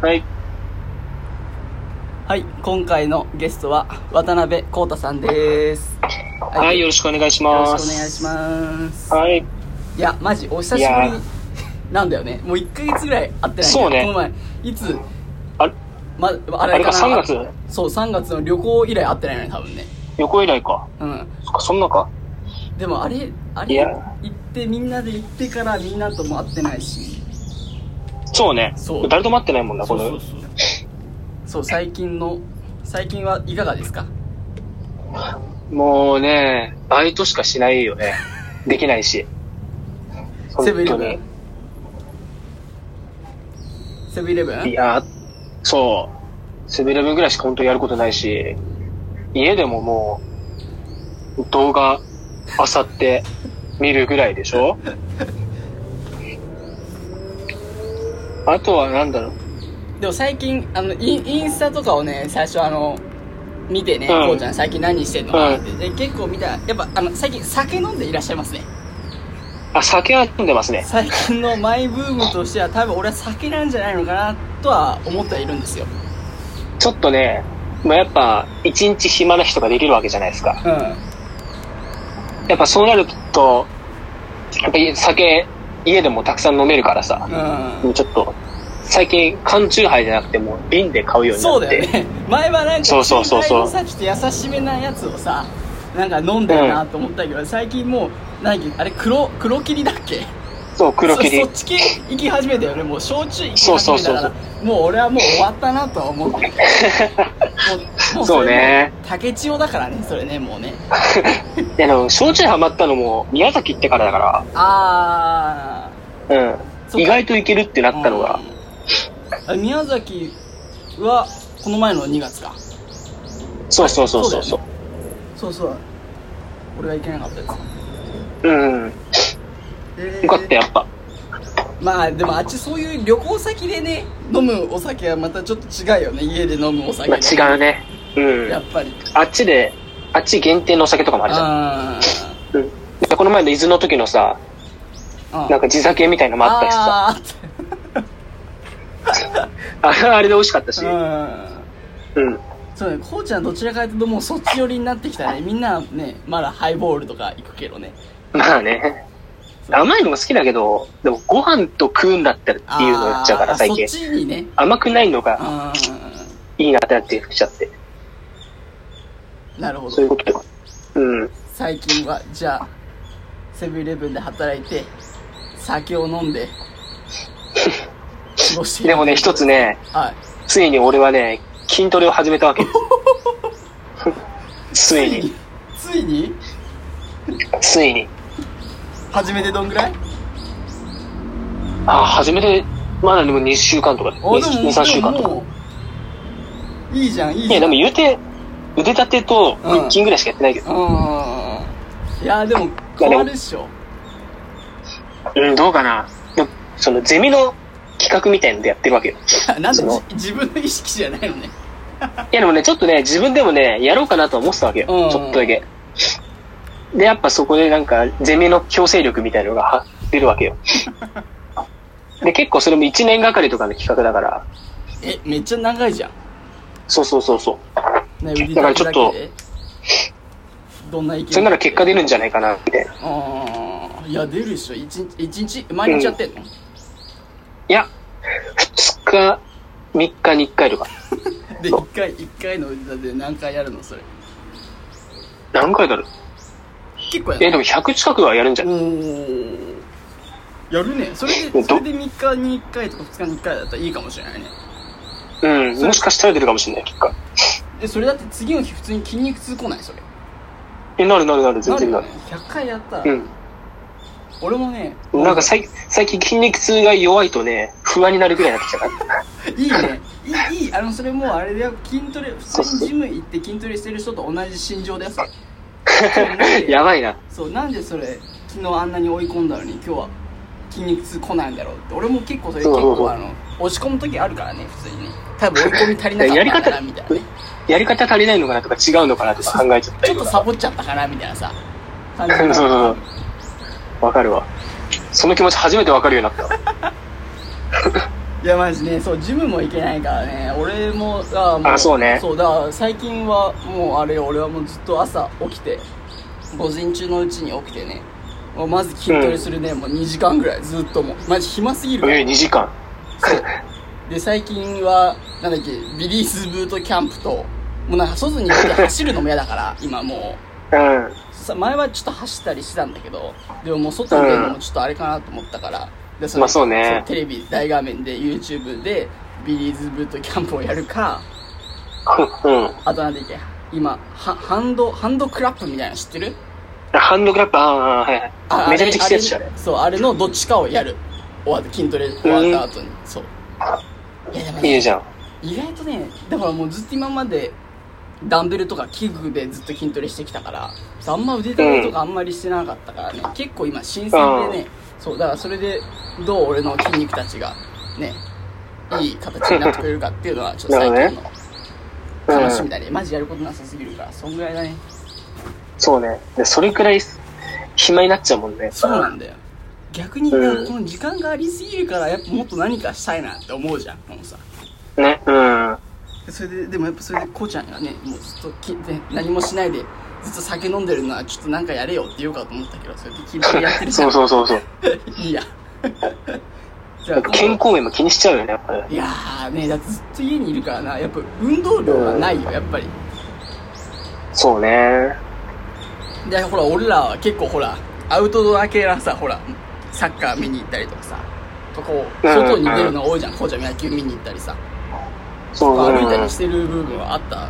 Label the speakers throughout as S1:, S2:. S1: はい。
S2: はい、今回のゲストは渡辺康太さんです。は
S1: はい、よ
S2: よ
S1: ろしくお願いし
S2: ろ
S1: ま
S2: しくお願い
S1: す。
S2: します。
S1: はい。
S2: いや、マジお久しぶり
S1: いや
S2: なんだよね。もう1ヶ月ぐらい会ってない
S1: そうね
S2: この前、いつ、
S1: あれ
S2: ま、あ
S1: あれか
S2: な
S1: 3月
S2: そう、3月の旅行以来会ってないよね、多分ね。
S1: 旅行以来か。
S2: うん。
S1: そっか、そんなか。
S2: でもあれ、あ
S1: い
S2: れ、
S1: や
S2: 行って、みんなで行ってからみんなとも会ってないし。
S1: そうね。
S2: そう
S1: 誰とも会ってないもんな、この。
S2: そうそうそう。そう、最近の、最近はいかがですか
S1: もうね、バイトしかしないよ ね。できないし。
S2: セブンイレブ
S1: 本
S2: ンセブンイレブン
S1: 当にいや、そう。セブンイレブンぐらいしか本当にやることないし、家でももう、動画、あさって、見るぐらいでし ょあとはなんだろう。
S2: でも最近あのインインスタとかをね最初あの見てね、
S1: うん
S2: こうちゃん最近何してんの、
S1: うん
S2: ってで結構見たらやっぱあの最近酒飲んでいらっしゃいますね
S1: あ、酒は飲んでますね。
S2: 最近のマイブームとしては多分俺は酒なんじゃないのかなとは思ってはいるんですよ
S1: ちょっとね、まあ、やっぱ、一日暇な人ができるわけじゃないですか。
S2: うん
S1: やっぱそうなると、やっぱり酒、家でもたくさん飲めるからさ、
S2: う
S1: もうちょっと、最近、缶チューハイじゃなくても、瓶で買うようんにな
S2: そ
S1: っ
S2: うだ
S1: て。
S2: よね前はなんか
S1: そうそうそうそう
S2: さっきと優しめなやつをさなんか飲んだよなと思ったけど、最近もう何あれ黒黒霧だっけ
S1: そう、黒霧
S2: そそっ。ち系行き始めたよねもう焼酎行き始めたから
S1: そうそう
S2: もう俺はもう終わったなとは思っ てるもうも
S1: そうね
S2: それも竹千代だからねそれねもうね
S1: であの、焼酎ハマったのも、宮崎行ってからだか
S2: あ
S1: ら、。
S2: そうう
S1: 意
S2: んか
S1: 外といけるってな
S2: あ
S1: ったのが、
S2: 宮崎はこの前の2月か
S1: そうそうそうそう
S2: そ
S1: そう
S2: う。そうそう俺が行けなかったや
S1: うん。
S2: つ
S1: よかった、やっぱ。
S2: まあでもあっちそういう旅行先でね飲むお酒はまたちょっと違うよね家で飲むお酒
S1: ま
S2: は
S1: あ、違うね。うん
S2: やっ。ぱり
S1: あっちで、あっち限定のお酒とかもあるじゃん。
S2: あ
S1: うんでこの前の伊豆の時のさ、
S2: ああ
S1: なんか地酒みたいのもあったしさ、
S2: あーあった
S1: あれ はあれで美味しかったし、うん。
S2: うんそうね、こうちゃんどちらかというともうそっち寄りになってきたね。みんなね、まだハイボールとか行くけどね。
S1: まあね、
S2: そう
S1: 甘いのが好きだけど、でもご飯と食うんだったらっていうのやっちゃうから、
S2: あー
S1: 最近。
S2: そっちにね。
S1: 甘くないのが
S2: あ
S1: いいなってなってきちゃって、
S2: ーなるほ
S1: そうい
S2: ど
S1: う。こととか。うん。
S2: 最近は、じゃあ、セブンイレブンで働いて、酒を飲んで、過ごしている
S1: でもね、一つ。ね、
S2: はい。
S1: ついに俺はね、筋トレを始めたわけ。 ついに、
S2: ついに
S1: ついに。
S2: 初めてどんぐらい
S1: あ、初めて、まだでも2週間とか、2、
S2: おで
S1: 3週間とか。
S2: もういいじゃん、いい
S1: い
S2: じゃ
S1: や、
S2: ん。
S1: でも言うて、腕立てと腹筋ぐらいしかやってないけど。
S2: うん。いや、でも、変わるっしょ。
S1: うん、どうかな。でもそのゼミの企画みたいのでやってるわけよ。
S2: なんで
S1: その
S2: じ自分の意識じゃないのね。
S1: いやでもね、ちょっとね、自分でもね、やろうかなとは思ってたわけよ。
S2: うん
S1: ちょっとだけ。で、やっぱそこでなんか、ゼミの強制力みたいのがは出るわけよ。で、結構それも1年がかりとかの企画だから、
S2: え、めっちゃ長いじゃん。
S1: そうそうそうそう。
S2: ね、売り
S1: だからちょっと
S2: 出しだけで。どんな意見
S1: それなら結果出るんじゃないかな、みたいな。い
S2: ああ、いや、出るっしょ。一日、一日、毎日やってんの、
S1: や、2日、3日に1回とか。
S2: で、一回、一回の売り立てで何回やるのそれ。
S1: 何回だろう
S2: 結構や
S1: え、
S2: る
S1: でも100近くはやるんじゃ
S2: お
S1: ない
S2: ーやるね。それ
S1: ど
S2: で、それで3日に1回とか2日に1回だったらいいかもしれないね。
S1: うん、もしかしたら出るかもしれない、結果。
S2: え、それだって次の日普通に筋肉痛来ないそれ。
S1: え、なるなるなる、全然な
S2: よ
S1: る
S2: ね。。100回やったら、
S1: うん。
S2: 俺もね、
S1: なんか最最近筋肉痛が弱いとね、不安になるぐらいになってきたから。
S2: いいね。いい、いい。あの、それもうあれだよ。筋トレ、普通にジム行って筋トレしてる人と同じ心情です。
S1: やばいな。
S2: そう、なんでそれ、昨日あんなに追い込んだのに、今日は筋肉痛来ないんだろうって。俺も結構それ、
S1: そ
S2: 結
S1: うそうそう
S2: 構あの、押し込む時あるからね、普通にね。多分追い込み足りなか
S1: やり
S2: った
S1: 方
S2: かな、みたいなね。、
S1: やり方足りないのかなとか違うのかなとか考えちゃった
S2: ち
S1: り
S2: ょっと
S1: と
S2: サ
S1: か。
S2: ボっちゃったかな、みたいなさ。感
S1: そう
S2: じ
S1: そうそ
S2: の
S1: う。わかるわ。その気持ち初めてわかるようになった。
S2: いやマジねそうジムも行けないからね俺もあも
S1: あそうね
S2: そうだから最近はもうあれよ俺はもうずっと朝起きて午前中のうちに起きてねもうまず筋トレするね、もう2時間ぐらいずっともうマジ暇すぎるから
S1: え、2時間。
S2: そうで最近はなんだっけビリースブートキャンプともうなんか外に出て走るのも嫌だから今も
S1: うん。
S2: うさ前はちょっと走ったりしてたんだけどでももう外に出るのもちょっとあれかなと思ったからでれ
S1: まあそうね
S2: テレビ大画面で YouTube でビリーズブートキャンプをやるか
S1: うん。
S2: あとなんだっけ今ハハンドハンドクラップみたいなの知ってる
S1: ハンドクラップ、ああ、はいはい。めちゃめちゃきついやつじゃ
S2: あ
S1: ん
S2: れ。そうあれのどっちかをやる終わって筋トレ終わった後に、そういやでもね
S1: いいじゃん。
S2: 意外とねだからもうずっと今までダンベルとか器具でずっと筋トレしてきたからそうあんま腕立てとかあんまりしてなかったからね、結構今新鮮でね、そうだからそれでどう俺の筋肉たちがねいい形になってくれるかっていうのはちょっと最近の楽しみだね、マジやることなさすぎるからそんぐらいだね
S1: そうね。で、それくらい暇になっちゃうもんね。
S2: そうなんだよ逆にね、
S1: うん
S2: この時間がありすぎるからやっぱもっと何かしたいなって思うじゃんもうさ
S1: ね。うん。
S2: でそれででもやっぱそれでこうちゃんがねもうずっとき、ね、何もしないでずっと酒飲んでるのはちょっとなんかやれよって言おうかと思ったけどそれで筋トレやってるじゃ
S1: そ
S2: ん
S1: うそうそうそう。
S2: いいやじ
S1: や
S2: ゃ
S1: っ
S2: あ
S1: ぱ健康面も気にしちゃうよね、やっぱり。
S2: いやーねだってずっと家にいるからなやっぱ運動量がないよやっぱり
S1: そうね。
S2: でほら俺らは結構ほらアウトドア系なさほらサッカー見に行ったりとかさとこう
S1: うん
S2: 外に出るの多いじゃんこうちゃんも野球見に行ったりさ
S1: そう
S2: 歩いた
S1: うん
S2: りしてる部分はあった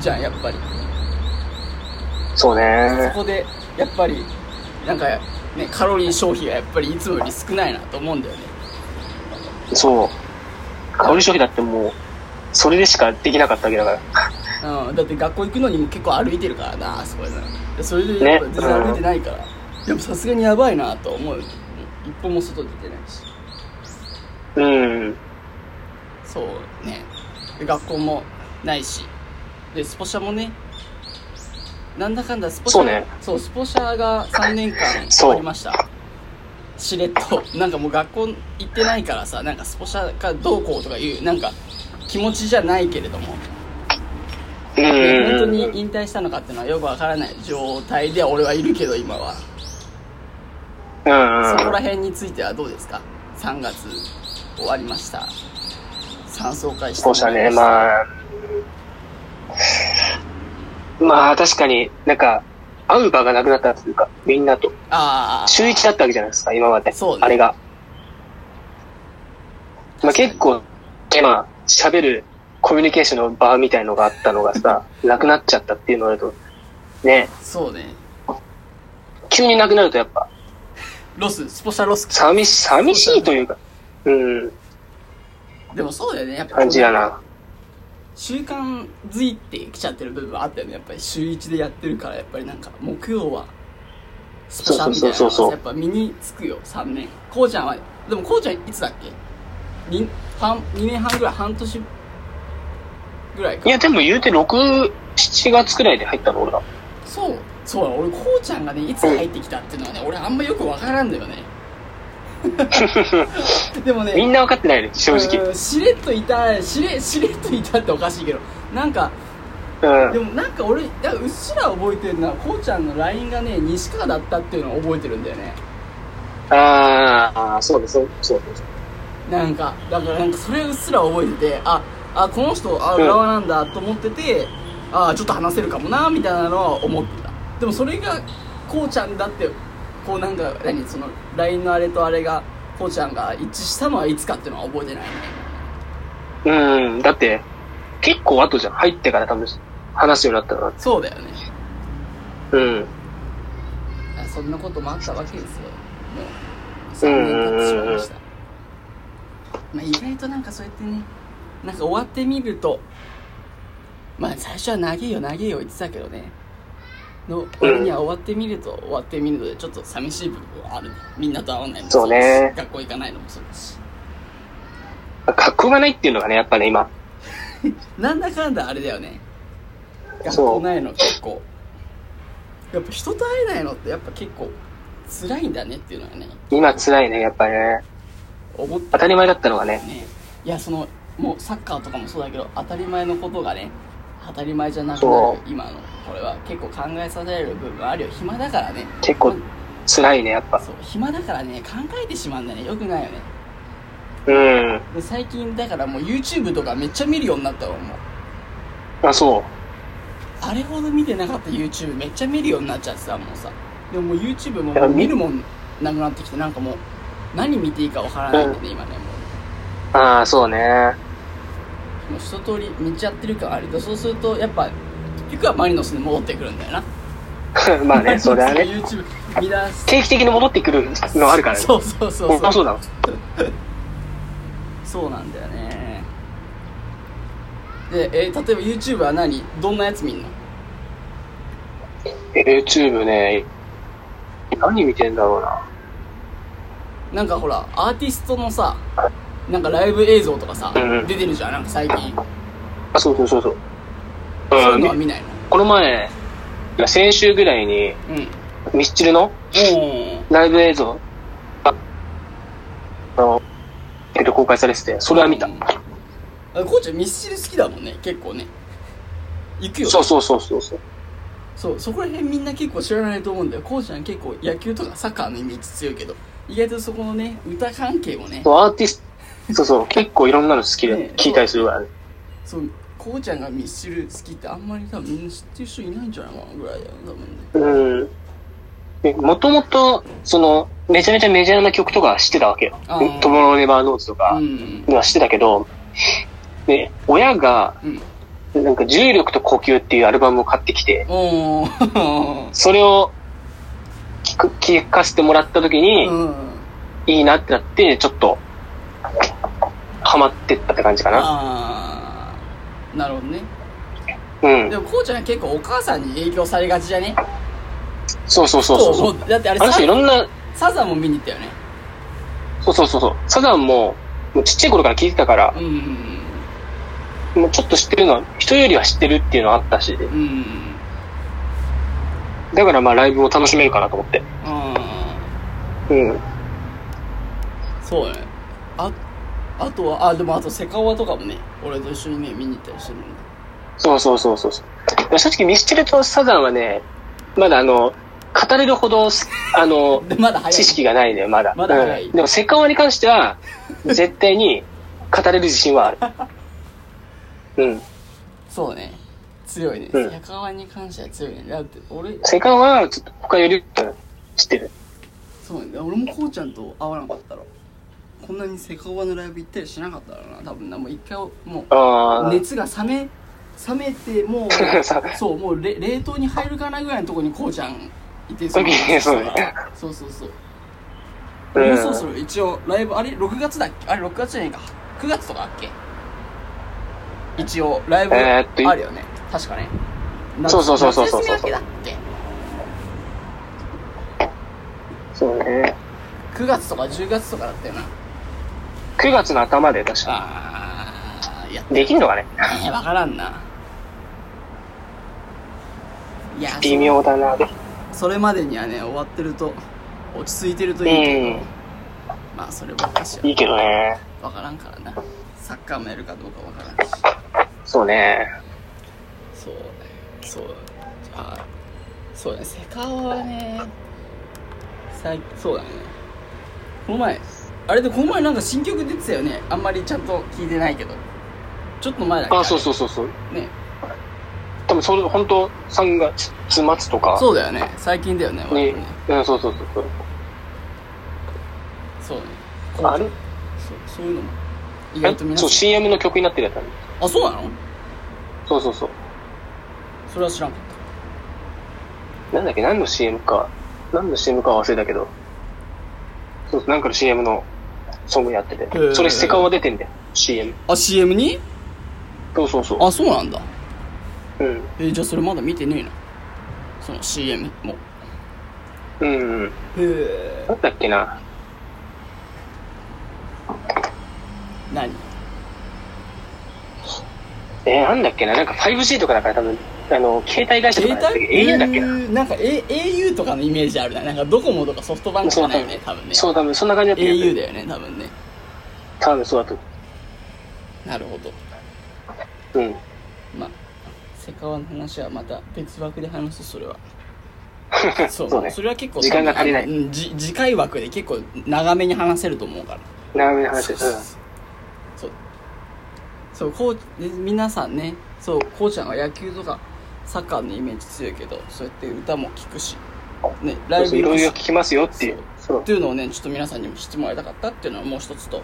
S2: じゃんやっぱり
S1: そう
S2: そ
S1: ね。
S2: こでやっぱりなんかねカロリー消費がやっぱりいつもより少ないなと思うんだよね
S1: そう。香り消費だってもう、それでしかできなかったわけだから。
S2: うん、だって学校行くのにも結構歩いてるからなあそこでなでそれでやっぱ
S1: ね
S2: 全然歩いてないから、でもさすがにやばいなと思うよ一歩も外出てないし
S1: うん。
S2: そうねで学校もないしでスポシャもねなんだかんだスポシャ
S1: そうね
S2: そうスポシャが3年間終
S1: そう
S2: わりましたしれっとなんかもう学校行ってないからさなんかスポシャがどうこうとかいうなんか気持ちじゃないけれども
S1: うん
S2: で本当
S1: うんうん。
S2: に引退したのかっていうのはよくわからない状態で俺はいるけど今は
S1: うんう
S2: そこ
S1: ん
S2: ら辺についてはどうですか3月終わりました三層会して
S1: そうしたね、まあ。まあ、確かになんか、会う場がなくなったというか、みんなと。
S2: ああ
S1: 週一だったわけじゃないですか、今まで。
S2: そうね
S1: あれが。まあ
S2: 確かに
S1: 結構、今、喋るコミュニケーションの場みたいのがあったのがさ、なくなっちゃったっていうのだと、ね、
S2: そうね
S1: 急になくなるとやっぱ、
S2: ロススポシャロス
S1: 寂し、寂しいというか、うん、
S2: でもそうだよねやっぱ
S1: 感じやな。
S2: 習慣づいてきちゃってる部分はあったよねやっぱり週1でやってるからやっぱりなんか木曜はスポシャみたいな
S1: そうそうそうそう
S2: のがやっぱ身につくよ3年こうちゃんはでもこうちゃんいつだっけ 2, 半2年半ぐらい半年ぐらいか
S1: いや、でも言うて6、7月くらいで入ったの、俺ら。
S2: そうそうだ俺こうちゃんがねいつ入ってきたっていうのはね俺あんまよくわからんだ よねでもね
S1: みんな分かってないね、正直。
S2: うんしれっといたしれしれっといたっておかしいけどなんか
S1: うん
S2: で。もなんか俺いやうっすら覚えてるのはこうちゃんの LINE がね西川だったっていうのを覚えてるんだよね
S1: ああ、そうです、そうです、そうです。
S2: なんかだからなんかそれうっすら覚えててああこの人あ
S1: うん
S2: 浦和なんだと思ってて、あちょっと話せるかもなみたいなのは思ってたでもそれがこうちゃんだってこうなんか何その LINE のあれとあれがこうちゃんが一致したのはいつかっていうのは覚えてないね
S1: うん、だって、結構後じゃん。入ってから多分、話すようになったのは。
S2: そうだよね
S1: うん。
S2: あそんなこともあったわけですよもう3年経ってしまいました、まあ、意外となんかそうやってねなんか終わってみるとまあ最初は「長えよ長えよ」言ってたけどねの割には終わってみると終わってみるのでちょっと寂しい部分はあるねみんなと会わないのも
S1: そうね
S2: だし学校行かないのもそうだし
S1: 格好がないっていうのがね、やっぱね、今。
S2: なんだかんだあれだよね学
S1: そう
S2: 校ないの結構やっぱ人と会えないのってやっぱ結構辛いんだねっていうのはね
S1: 今辛いね、やっぱりね。
S2: 思って
S1: 当たり前だったのがね。
S2: ねいやそのもうサッカーとかもそうだけど当たり前のことがね当たり前じゃなくな
S1: そ
S2: る
S1: う
S2: 今のこれは結構考えさせられる部分あるよ暇だからね
S1: 結構辛いね、やっぱ。
S2: そう暇だからね考えてしまうんだねよくないよね
S1: うん。
S2: で最近だからもう YouTube とかめっちゃ見るようになったわもう
S1: あ、そう。
S2: あれほど見てなかった YouTube めっちゃ見るようになっちゃってさもうさでももう YouTube も
S1: いや
S2: もう
S1: み
S2: 見るもんなくなってきてなんかもう何見ていいかわからないんだね、今ねも
S1: ああ、そうね。
S2: うもう一通りめっちゃやってるからあるけどそうするとやっぱ結局はマリノスに戻ってくるんだよな
S1: まあね、 そうだ
S2: マリ
S1: ね。
S2: ノスの YouTube 見出す
S1: 定期的に戻ってくるのあるからね。
S2: そうそうそう
S1: 俺
S2: そ
S1: も
S2: う
S1: そうだわ。
S2: そうなんだよねで、えー例えば YouTube は何どんなやつ見んの
S1: YouTube ね、何見てんだろうな。
S2: なんかほらアーティストのさなんかライブ映像とかさ、
S1: うんうん
S2: 出てるじゃんなんか最近
S1: あ、そうそうそうそう。
S2: そういううのは
S1: ん、
S2: 見ないの
S1: この前、いや先週ぐらいに、
S2: うん。
S1: ミスチルの
S2: お
S1: ライブ映像が、あの、えっと、公開されてて、それは見た。
S2: お。こうちゃんミスチル好きだもんね、結構ね。行くよね。
S1: そうそうそうそうそう。
S2: そう、そこら辺みんな結構知らないと思うんだよ。こうちゃん結構野球とかサッカーのイメージ強いけど、意外とそこのね、歌関係もね、
S1: アーティスト、そうそう、結構いろんなの好き
S2: ね
S1: で聞いたりするからね。
S2: そう、こうちゃんがミスチル好きってあんまり多分みんな知ってる人いないんじゃないかなぐらいだよ、多分
S1: う
S2: ね。
S1: ん。でもともと、その、めちゃめちゃメジャーな曲とか知ってたわけよ
S2: あー。
S1: トモローネバーノーズとか
S2: う、ん。
S1: は知ってたけど、で、親が、
S2: うん。
S1: なんか、重力と呼吸っていうアルバムを買ってきて、
S2: おー。
S1: それを聞く、聞かせてもらった時に、
S2: うん。
S1: いいなってなって、ちょっと、ハマってったって感じかな。
S2: あー。なるほどね。
S1: うん
S2: で。もこうちゃんは結構お母さんに影響されがちじゃね
S1: そうそうそうそうそう。
S2: そうだってあれ
S1: あの人いろ
S2: サ
S1: んな、
S2: サザンも見に行ったよね。
S1: そうそうそうそう。サザンも、もうちっちゃい頃から聞いてたから、
S2: うん。
S1: もうちょっと知ってるのは、人よりは知ってるっていうのはあったし、
S2: うん。
S1: だからまあライブを楽しめるかなと思って。
S2: あ
S1: うん。
S2: ーそうね。あ、あとは、あ、でもあとセカオワとかもね、俺と一緒にね、見に行ったりしてるんだ。
S1: そうそうそうそうそう。でも正直ミスチルとサザンはね、まだあの、語れるほどす、あの、
S2: で、まだ早い。
S1: 知識がないね、まだ。
S2: まだ早い
S1: うんでも、セカオワに関しては、絶対に語れる自信はあ る。うん。
S2: そうね。強いね。
S1: うん
S2: セカオワに関しては強いね。だって、俺、
S1: セカオワは、ちょっと他より、うん知ってる。
S2: そうね。俺もこうちゃんと会わなかったら、こんなにセカオワのライブ行ったりしなかったらな。多分な、もう一回、も
S1: あ
S2: う、
S1: ー
S2: 熱が冷め、冷めて、も
S1: さ
S2: う、そう、もうれ冷凍に入るかなぐらいのところにこうちゃんいて、の
S1: 時にそうね
S2: そうそうそう。
S1: う。
S2: もうんそろそろ一応ライブあれ6月だっけあれ6月じゃないか9月とかだっけ一応ライブ
S1: えーっとい
S2: あるよね、確かね
S1: そうそうそうそうそう
S2: 夏休み明けだっ
S1: そうね。
S2: け9月とか10月とかだったよな
S1: 9月の頭で確か。
S2: あーやっ
S1: できんのかね
S2: たね分からんないや
S1: 微妙だな。
S2: そそれまでにはね終わってると落ち着いてると
S1: う
S2: いいけど、
S1: ん。
S2: まあそればっかしはい
S1: いけどね。
S2: 分からんからなサッカーもやるかどうか分からんし
S1: そうね。
S2: そうねそうあそうだねセカオワね最そうだねこの前あれでこの前なんか新曲出てたよねあんまりちゃんと聞いてないけどちょっと前だっけ
S1: あ、そう
S2: う
S1: そうそうそう。
S2: ね
S1: 多分、それ、本当3月末とか。
S2: そうだよね最近だよね割
S1: に
S2: とね、
S1: うん、そうそうそう
S2: そうね
S1: そう。あれ
S2: そうそういうのも意外と皆さ
S1: そ
S2: ん
S1: う、CM の曲になってるやつなんだ
S2: あそうなの
S1: そうそうそう。
S2: それは知らんかっ
S1: なんだっけ、何の CM か、何の CM かは忘れたけど、そうそう、なんかの CM のソングやって
S2: ー
S1: て、それセカオワ出てんだよ、CM。
S2: たあ CM に
S1: そうそうそう。
S2: あそうなんだ
S1: うん。
S2: えーじゃあそれまだ見てねえなその CM も
S1: うん、うん。
S2: へえ
S1: なんだっけな。
S2: 何
S1: えー、なんだっけな。なんか 5G とかだから多分、あの、携帯会社と
S2: 携
S1: かだっ
S2: 帯
S1: け au だっけな。
S2: なんか、A、au とかのイメージあるななんかドコモとかソフトバンクとかだよね多分ね
S1: そう、多分そんな感じだった気がす
S2: au
S1: る
S2: だよね多分ね
S1: 多分そうだと
S2: なるほど
S1: 思う。うん。
S2: まあセカワの話はまた別枠で話すそ れはそう
S1: そうね
S2: それは結構
S1: 時間が足りない
S2: うん、じ次回枠で結構長めに話せると思うから
S1: 長めの話
S2: そ
S1: で
S2: うそう
S1: す。
S2: そうそうこうで皆さんねそうこうちゃんは野球とかサッカーのイメージ強いけどそうやって歌も聴くし、ね、
S1: う
S2: ラ
S1: ん。
S2: イ
S1: そう
S2: ブ
S1: い
S2: 行
S1: ろ
S2: く
S1: い
S2: し
S1: ろ聞きますよっていう。そう
S2: っ。ていうのをねちょっと皆さんにも知ってもらいたかったっていうのはもう一つと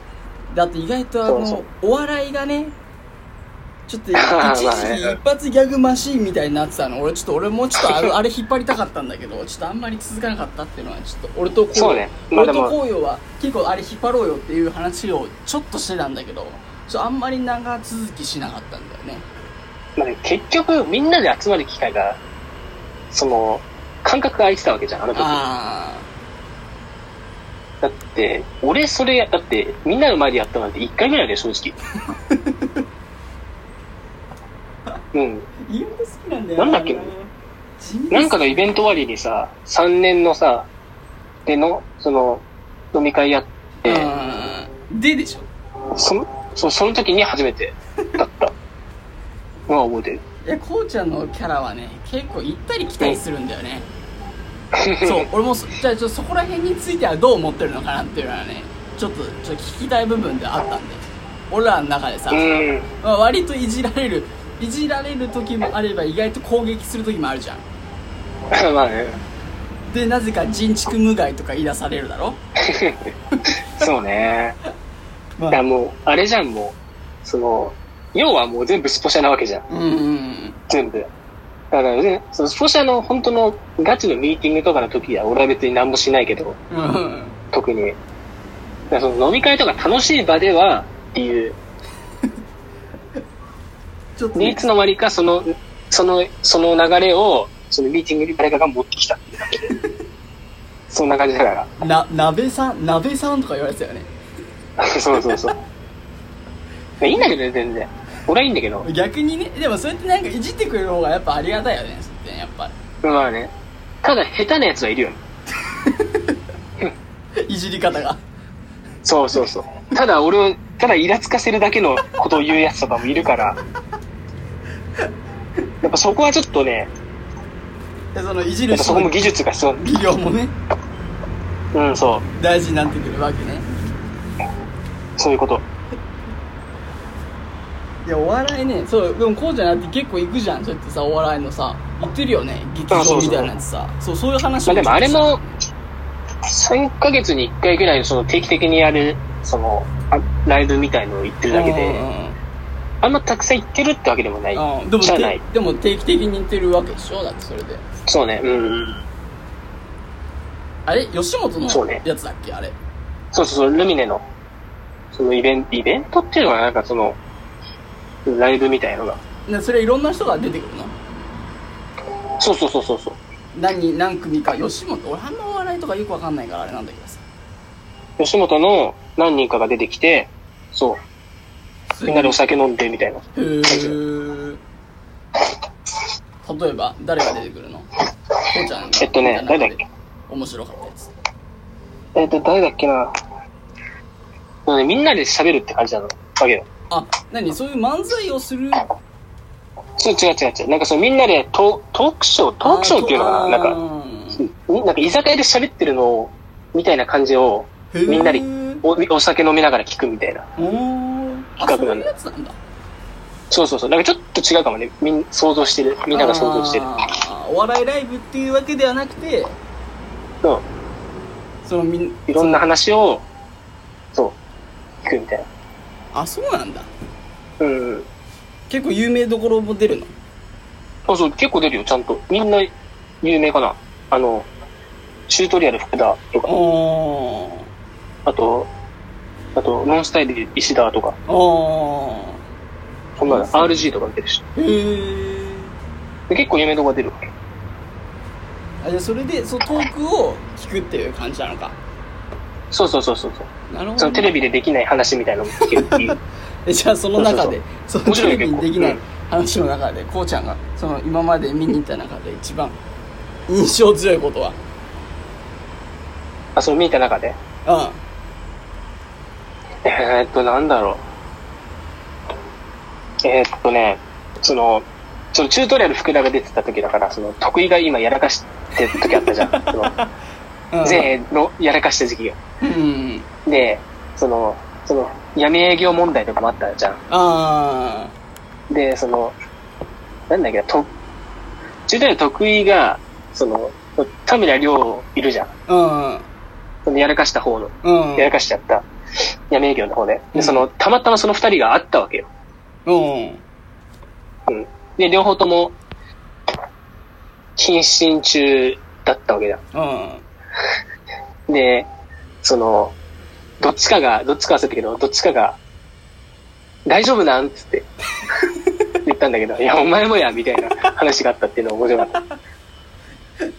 S2: だって意外とあの
S1: そうそう
S2: お笑いがねちょっと一
S1: まあ ね
S2: 時期一発ギャグマシーンみたいになってたの俺ちょっと俺もちょっとあれ あれ引っ張りたかったんだけどちょっとあんまり続かなかったっていうのはちょっと俺とこ
S1: そうねまあ
S2: 俺と
S1: でも
S2: 紅葉は結構あれ引っ張ろうよっていう話をちょっとしてたんだけどちょあんまり長続きしなかったんだよね
S1: まあね、結局、みんなで集まる機会が、その、感覚が空いてたわけじゃん、あの時。
S2: あ
S1: だって、俺それ、だって、みんなの前でやったなんて1回ぐらいだよ、正 直。うん。
S2: あイベント好きなんだよ
S1: なんだっけ
S2: 地味
S1: なんかのイベント終わりにさ、3年のさ、での、その、飲み会やって、
S2: うんででしょ
S1: その、そその時に初めてだ ったのは覚えてる。
S2: いやこうちゃんのキャラはね結構行ったり来たりするんだよねそう俺もそじゃあちょっとそこら辺についてはどう思ってるのかなっていうのはねちょっとちょっと聞きたい部分であったんで俺らの中でさ、
S1: うん。
S2: まあ、割といじられるいじられる時もあれば意外と攻撃する時もあるじゃん
S1: まあね。
S2: でなぜか人畜無害とか言い出されるだろ、
S1: そうね。
S2: ま
S1: だ
S2: あ
S1: からもう、あれじゃん、もう、その、要はもう全部スポシャなわけじゃん。
S2: うんうんうん
S1: 全部。だからね、そのスポシャの本当のガチのミーティングとかの時は俺は別に何もしないけど、
S2: うんうん
S1: 特に。だからその飲み会とか楽しい場ではっていう、
S2: ちょっと
S1: でい
S2: ね
S1: つの間にかその、その、その流れを、そのミーティングに誰かが持ってきたっていうだけで。 そんな感じだか
S2: な鍋さん鍋さんとか言われてたよね
S1: ら。 そうそうそう。いいんだけどね、全然。俺はいいんだけど。
S2: 逆にねでもそうやってなんかいじってくれる方がやっぱありがたいよねそれってやっぱ
S1: まあね。ただ下手なやつはいるよね。
S2: いじり方が
S1: そうそうそう。ただ俺を、ただイラつかせるだけのことを言うやつとかもいる から。やっぱそこはちょっとね、
S2: でそのいじ
S1: や
S2: る
S1: っぱそ
S2: 人
S1: こ
S2: の
S1: も技術が必要。
S2: 技量もね
S1: うん、そう。
S2: 大事になってくるわけね
S1: そういうこと。
S2: いやお笑いねそうでもこうじゃなくて結構行くじゃんそうやってさお笑いのさ行ってるよね劇
S1: あそ
S2: 場
S1: うそう
S2: みたいなやつさそうそういう話
S1: まあでもあれ
S2: 聞
S1: も、3ヶ月に1回ぐらいのその定期的にやる、その、あライブみたいのを行って
S2: く
S1: る
S2: じ
S1: だ
S2: ゃん
S1: けで、あんまたくさん行ってるってわけでもない
S2: うん。うんうんでも
S1: じゃない
S2: てでも定期的に行ってるわけでしょだってそれで
S1: そうね、うんうん。
S2: あれ吉本
S1: そう
S2: の
S1: ね
S2: やつだっけあれ
S1: そうそうそう、ルミネの、そのイベント、イベントっていうのはなんかその、ライブみたいのが。
S2: なそれいろんな人が出てくるの
S1: そうそうそうそうそう。
S2: 何何組か吉本俺あんまお笑いとかよくわかんないからあれなんだけどさ
S1: 吉本の何人かが出てきて、そう、みんなでお酒飲んでみたいな。
S2: へー例えば誰が出てくるのこうちゃんが
S1: えっとね誰だっけ
S2: 面白かったやつ
S1: えっ、と、誰だっけな。もうね、みんなで喋るって感じなの。わけよ。
S2: あ何そういう漫才をする
S1: そう、違う違う違う。なんかそのみんなでトトークショー、トークショーっていうのかななんか、
S2: か
S1: うんなんか居酒屋で喋ってるのを、みたいな感じを、みんなでおお酒飲みながら聞くみたいな。
S2: おーあ
S1: 企
S2: そ
S1: 画ない
S2: う
S1: ん
S2: う
S1: だ
S2: やつなんだ
S1: そうそうそう。なんかちょっと違うかもね。みん、想像してる。みんなが想像してる。
S2: あーお笑いライブっていうわけではなくて
S1: そう。
S2: そのみん
S1: いろんな話を、そう、聞くみたいな。
S2: あそうなんだ
S1: うんうん。
S2: 結構有名どころも出るの
S1: そうそう、結構出るよ、ちゃんと。みんな有名かな。あの、チュートリアル福田とか、
S2: あ
S1: あと、あと、ノンスタイル石田とか、
S2: ああ
S1: そんなの RG とか出るし。
S2: あへえ
S1: で結構有名なとこが出るわけ。
S2: あじゃあそれでそうトークを聞くっていう感じなのか
S1: そうそうそうそうそう。
S2: なるほどね、
S1: そのテレビでできない話みたいなのも聞けるっていう。
S2: えじゃあその中でそ
S1: 面白
S2: の
S1: い
S2: テレビにできない
S1: 結
S2: 話の中でこうちゃんがその今まで見に行った中で一番印象強いことは
S1: あ、その見た中で。
S2: うん
S1: えーっと、なんだろう。えーっとね、その、そのチュートリアル福田が出てた時だから、その、得意が今やらかしてる時あったじゃん。その、
S2: うん
S1: 全員のやらかした時期が。
S2: うん
S1: で、その、その、闇営業問題とかもあったじゃ
S2: あ
S1: ん。で、その、なんだっけな、と、チュートリアル得意が、その、田村亮いるじゃん。
S2: あ
S1: そのやらかした方の、
S2: うんうん
S1: やらかしちゃった闇営業の方で。
S2: うん
S1: で、その、たまたまその二人があったわけよ。
S2: うん
S1: で、両方とも、謹慎中だったわけだ。
S2: うん
S1: で、その、どっちかが、どっちか忘れたけど、どっちかが、大丈夫なんつ って、言ったんだけど、いや、お前もや、みたいな話があったっていうのが面白かった。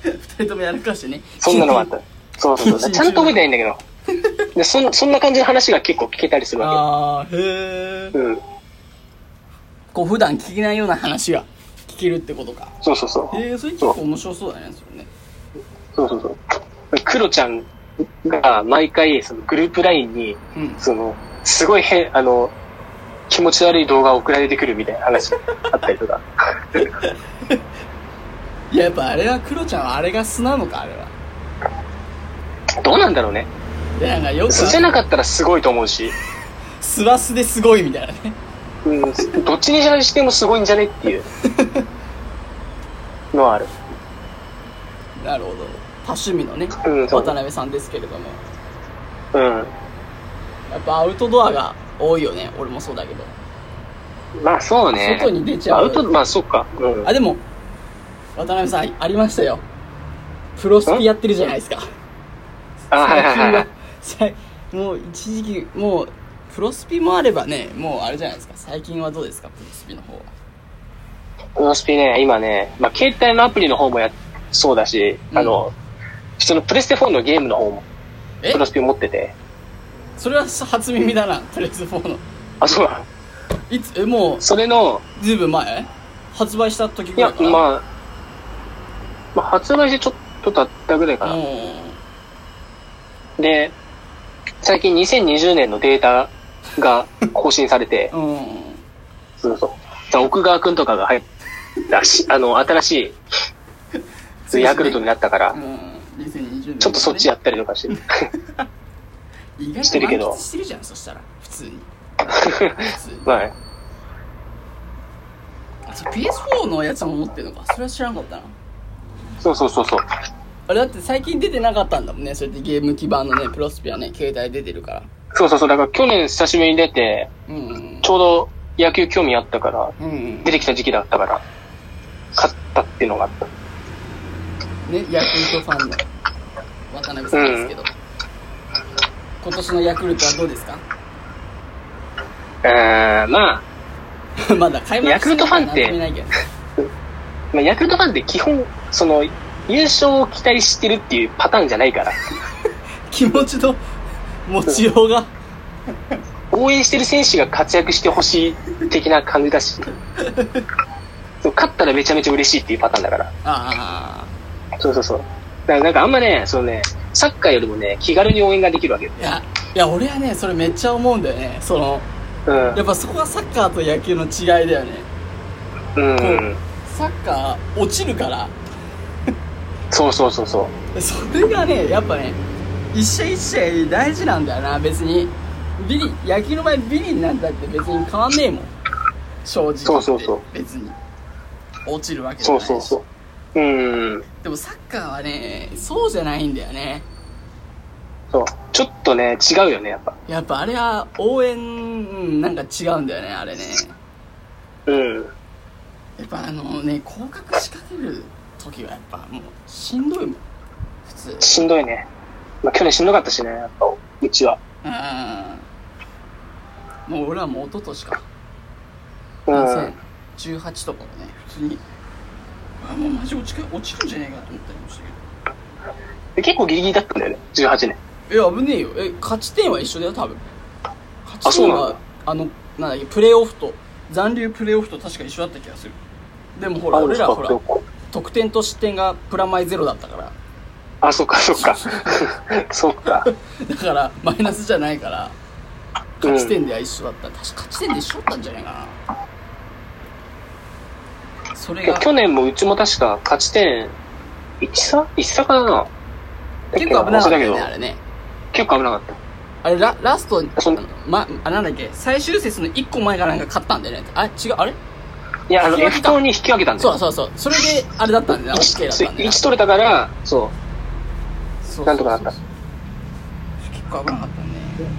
S2: 二人ともやらかしてね
S1: そんなのがあった。そうそうそう。ちゃんと覚えてないんだけど。で、そん、そんな感じの話が結構聞けたりするわ
S2: ああへえ
S1: けよ。うん。
S2: こう普段聞けないような話が聞けるってことか
S1: そうそうそう。
S2: えー、それ結構面白そうだねそれね
S1: そうそうそう。クロちゃんが毎回、そのグループラインに、
S2: うん
S1: その、すごい変、あの、気持ち悪い動画を送られてくるみたいな話あったりと か。
S2: いややっぱあれはクロちゃんはあれが素なのかあれは
S1: どうなんだろうね。
S2: でなんかよく
S1: 素じゃなかったらすごいと思うし、
S2: 素は素ですごいみたいなね
S1: うん、どっちにしてもすごいんじゃねって いうのはある。
S2: なるほど多趣味のね
S1: うん、そう。
S2: 渡辺さんですけれど
S1: うん。
S2: もやっぱアウトドアが多いよね俺もそうだけど
S1: まあそうね。
S2: 外に出ちゃう
S1: まあアウトまあそうか。うん
S2: あ。でも渡辺さんありましたよプロスピやってるじゃないですか
S1: あ、はいはいはいはい。
S2: 最近はもう一時期もうプロスピもあればねもうあれじゃないですか最近はどうですかプロスピの方は
S1: このスピね、今ね、まあ携帯のアプリの方もや、そうだし、あの、普通のプレステ4のゲームの方も、
S2: え
S1: プロスピ持ってて。
S2: それは初耳だなプレス4の
S1: あ、そうだ。
S2: いつえもう
S1: それの、
S2: ずいぶん前発売した時
S1: い
S2: ぐら
S1: や
S2: い、かな
S1: まあ、まあ、発売してちょっと経ったぐらいかな。
S2: う、
S1: で、最近2020年のデータが更新されて
S2: んうん
S1: そうそう。だから奥川くんとかが入ったし、あの、新しいヤクルトになったから
S2: う、ん2020年
S1: ちょっとそっちやったりとかしてる。
S2: 意外
S1: して
S2: と
S1: るけ
S2: 満
S1: ど
S2: 喫してるじゃんそしたら普通に普通に
S1: はい。
S2: あそう PS4 のやつも持ってるのかそれは知らんかったな
S1: そうそうそうそう。
S2: あれだって最近出てなかったんだもんねそれでゲーム基盤のねプロスピはね携帯出てるから
S1: そうそうそう。だから去年久しぶりに出て、
S2: うんうん
S1: ちょうど野球興味あったから、
S2: うんうん
S1: 出てきた時期だったから、買ったっていうのがあった。
S2: ね、ヤクルトファンの渡辺さんですけど、今年のヤクルトはどうですか
S1: えー、まあ、
S2: まだ開幕
S1: ヤクルトファンって
S2: してないからなんとも言えないけど
S1: まあ、ヤクルトファンって基本、その、優勝を期待してるっていうパターンじゃないから、
S2: 気持ちの持ちようが
S1: 応援してる選手が活躍してほしい的な感じだし、そう勝ったらめちゃめちゃ嬉しいっていうパターンだから。
S2: あ
S1: そうそうそう。だからなんかあんまね、そのね、サッカーよりもね、気軽に応援ができるわけよ
S2: あい。やいや俺はねそれめっちゃ思うんだよねその
S1: うん
S2: や。っぱそこはサッカーと野球の違いだよね
S1: うん。
S2: サッカー落ちるから
S1: そうそうそうそう。
S2: それがねやっぱね一試合一試合大事なんだよな別にビリ野球の場合ビリになったって別に変わんねえもん正直言って
S1: そうそうそう
S2: 別に落ちるわけじゃ
S1: そ
S2: な
S1: う
S2: いし
S1: そうそう。うん。
S2: でもサッカーはねそうじゃないんだよね
S1: そう。ちょっとね、違うよね、やっぱ。
S2: やっぱあれは応援うんなんか違うんだよねあれね
S1: うん。
S2: やっぱあのね広角仕掛ける時はやっぱもうしんどいもん普通うん
S1: しんどいね。まあ、去年しんどかったしね、やっぱ、うちは。
S2: もう俺はもう一昨年か
S1: うん。
S2: 2018とかはね普通にあもうマジ落ちか落ちるんじゃねえかと思ったりもした
S1: で結構ギリギリだったんだよね、18年。
S2: けどいや危ねえよえ勝ち点は一緒だよ多分勝
S1: あ
S2: ち
S1: そう
S2: 点
S1: なの
S2: はあのなんだっけプレーオフと残留プレーオフと確か一緒だった気がするでもほら
S1: あ
S2: 俺ら
S1: そう
S2: ほ
S1: かそ
S2: ら
S1: うか
S2: 得点と失点がプラマイゼロだったから
S1: あ、そっか、そっか。そっか。
S2: だからマイナスじゃないから勝ち点では一緒だった。確か勝ち点で一緒だったんじゃないかな。それが、
S1: 去年もうちも確か勝ち点1差 ?1 差かな
S2: 結構危なかったよ
S1: 忘れ
S2: ね、
S1: た
S2: あ
S1: けど
S2: れね。
S1: 結構危なかった。
S2: あれラ、ラスト、
S1: その
S2: ま、あ、なんだっけ、最終節の1個前かなんか勝ったんだよね。あ、違う、あれ
S1: いや、あの、
S2: 引き分
S1: F
S2: けた
S1: 党に引き分けたんだ
S2: そ
S1: よ。
S2: うそうそう。それで、あれだったんだよな。OK だったんだよな。
S1: 1取れたから、そう。
S2: そうそうそう
S1: なんとかなった
S2: 結構危なかったね。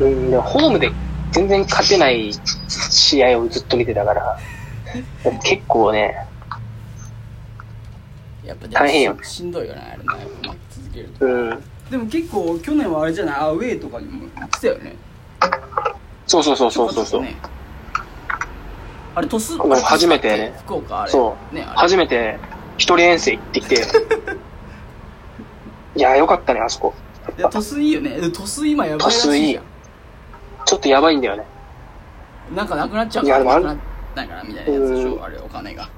S1: うん、でもホームで全然勝てない試合をずっと見てたから、結構ね、
S2: やっぱでも
S1: 大変よね
S2: ししんどいよね、あれね。やっぱね続けると。
S1: うん、
S2: でも結構、去年はあれじゃない、アウェイとかにも来たよね。
S1: そうそうそうそうそうそう、
S2: ちょこちょこねあれ、鳥栖、あ
S1: う
S2: れ鳥栖
S1: 初めてね
S2: 福岡、あれ。。
S1: そう
S2: ね、あれ。
S1: 初めて一人遠征行ってき て、いや、よかったね、あそこ。
S2: いや鳥栖いいよね。鳥栖今やばいらしいじゃ
S1: 鳥ちょっとやばいんだよね。
S2: ん。なんかなくなっちゃう
S1: い
S2: か
S1: や
S2: ら、
S1: でも
S2: な
S1: あ
S2: く
S1: れ
S2: なったからみたいなやつでし
S1: う
S2: ょ、
S1: ん
S2: あれ、お金が。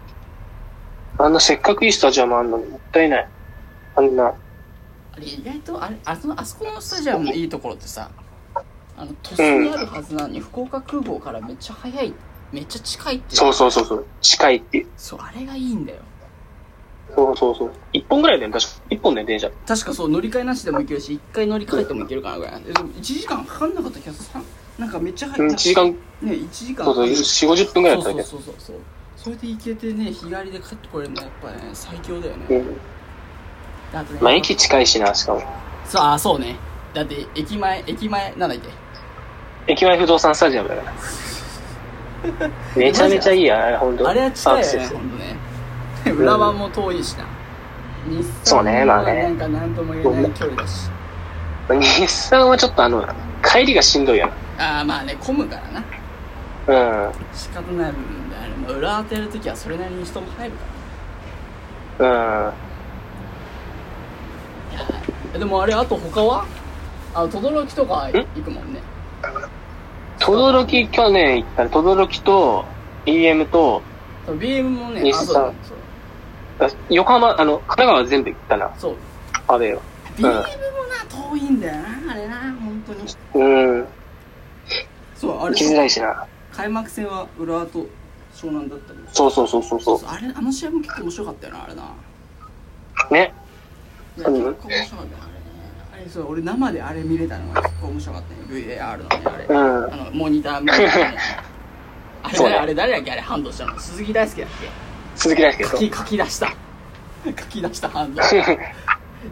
S1: あんなせっかくいいスタジアムあんのにもったいない。あんな、
S2: あれ意外とあれあそのあそこのスタジアムのいいところってさあの都市にあるはずなのに、福岡空港からめっちゃ早いめっちゃ近いってい
S1: そううそうそうそう、近いっていう。
S2: そうあれがいいんだよ
S1: そうそうそう。一本ぐらいだよね、確か。一本だよ、電車。
S2: 確かそう乗り換えなしでも行けるし一回乗り換えても行けるかなぐらいでも1時間かかんなかった気がするなんかめっちゃ
S1: う
S2: 早
S1: ん、
S2: い
S1: 1時間、
S2: ね一時間
S1: そうそう、4、50分ぐらいだった
S2: そう
S1: みた
S2: そ
S1: い
S2: うそうそうそうそれで行けてね日帰りで帰ってこれるのはやっぱね最強だよね、
S1: な。
S2: で
S1: うん。
S2: あとね
S1: まあ、駅近いしな、しかも。
S2: そうあそうねだって駅前駅前なんだっけ
S1: 駅前不動産スタジアムだ から。めちゃめちゃいいや、あれ、ほんと。
S2: あれは近いよね、
S1: アクセス
S2: ほんとね。浦和も遠いしな。日
S1: そう
S2: 産
S1: ねま
S2: は
S1: あね
S2: なんか何とも言えない距離だし。
S1: 日産はちょっとあの、帰りがしんどいや
S2: ああ、まあね、混むからな。
S1: な。うん。
S2: 仕方ない部分である。まあ、浦和とやるときはそれなりに人も入るか
S1: うん。
S2: ら。いやーでもあれ、あと他はあ、轟とか行くもんね。
S1: とどろき、去年行ったら、とどろきと、EM と、
S2: そう BM もね、
S1: 日
S2: あ、
S1: 産
S2: そうだそう
S1: あ横浜、あの、神奈川全部行ったな、
S2: そう。
S1: アウェイは。
S2: BM もな、遠いんだよな、あれな、本当に。
S1: うん。
S2: そう、あ
S1: 行
S2: れ
S1: き、づらいしな。
S2: 開幕戦は浦和と湘南だったけど。
S1: そうそうそうそう。そ
S2: そうあれ、あの試合も結構面白かったよな、あれな。
S1: うね。
S2: いや結構面白かったねあれあれそう俺生であれ見れたのが結構面白かったね VAR のねあれ
S1: うん。
S2: あのモニター見れたねあれ
S1: そう
S2: 誰
S1: ね
S2: あれ誰だっけあれハンドしたの鈴木大輔だっ
S1: 鈴木大輔
S2: け書
S1: と。
S2: き書き出した 書き出したハ ンド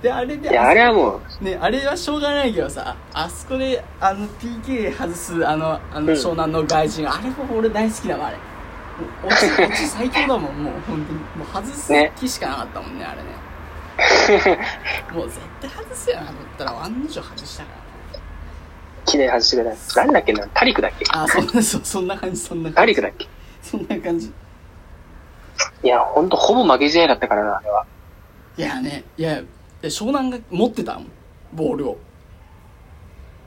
S2: であれで
S1: いや、あれはもう、
S2: ねあれはしょうがないけどさあそこであの PK 外すあのあの
S1: うん
S2: 湘南の外人、あれも俺大好きだわあれもうオチオチ最強だもんもう本当にもう外す
S1: ね
S2: 気しかなかったもんねあれねもう絶対外すよなと思ったら案の定外したか
S1: 綺麗に外してくれた。なんだっけな、タリクだっけ
S2: らあそんなそそんな感じそんな
S1: タ
S2: 感
S1: リ
S2: じ
S1: クだっけ
S2: そんな感じ
S1: いや、ほんと、ほぼ負け試合だったからな、あれは。
S2: いやねいやいや湘南が持ってたもんボールを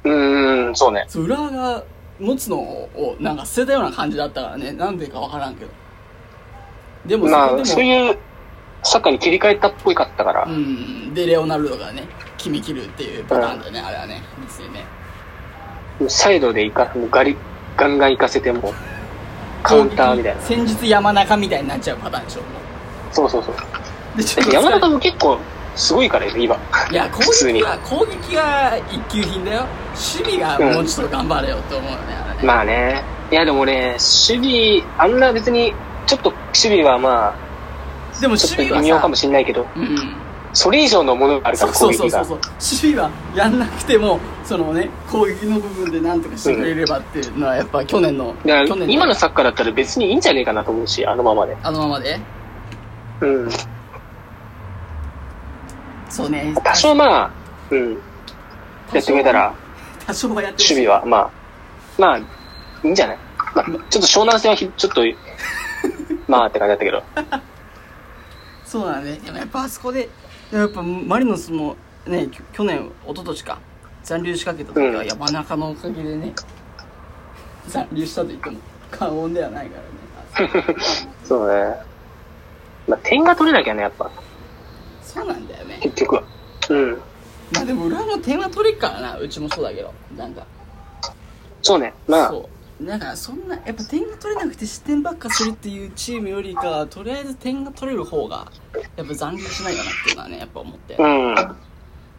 S1: うーん、そうね。
S2: そう裏が持つのをなんか捨てたような感じだったからねなんでかわからんけどでも
S1: まあ、
S2: それでも
S1: そういうサッカーに切り替えたっぽいかったから、
S2: うん、でレオナルドがね決め切るっていうパターンだよね、あれはね実にね
S1: サイドでいかもうガリガンガン行かせてもうカウンターみたいな。
S2: 戦術山中みたいになっちゃうパターンでしょも
S1: そうそうそう。
S2: うでちょっと
S1: 山中も結構すごいから今。
S2: いや攻
S1: 普通
S2: 撃
S1: に。
S2: は攻撃は一級品だよ守備がもうちょっと頑張れよって思うよね、あれね、
S1: まあね。いやでもね、守備、あんな別に、ちょっと守備はまあ、
S2: でも守
S1: ちょっと
S2: 備
S1: 微妙か
S2: は
S1: も
S2: さ
S1: しれないけど、
S2: うん
S1: それ以上のものがあるか
S2: そ
S1: ら、
S2: うそ
S1: 攻撃
S2: うそうそ
S1: が
S2: う。そう守備はやんなくてもそのね攻撃の部分でなんとかしてくれればっていうのはやっぱ去年の、
S1: だ
S2: 去
S1: か
S2: 年
S1: ら今のサッカーだったら別にいいんじゃねえかなと思うし、あのままで。
S2: あのままで
S1: うん。
S2: そうね
S1: 多少まあ、うん、やってくれたら、
S2: 多少はや
S1: 守
S2: ってほしい
S1: 備は、まあ、まあ、いいんじゃない、まあ、ちょっと湘南戦はひちょっと、 まあって感じだったけど。
S2: そうだね。でもやっぱあそこで、やっぱマリノスもね、きょ去年、一昨年か、残留しかけた時は
S1: うん
S2: 山中のおかげでね、残留したと言っても過言ではないからね。あそこ
S1: そうね。まあ、点が取れなきゃね、やっぱ、
S2: そうなんだよね。
S1: 結局は。うん。
S2: まあでも裏の点は取れっからな、うちもそうだけど。なんか、
S1: そうね。まあ、
S2: そうなんかそんなやっぱ点が取れなくて失点ばっかするっていうチームよりかとりあえず点が取れる方がやっぱ残留しないかなっていうのはねやっぱ思って、
S1: う
S2: やっ
S1: ん。ま
S2: ぱ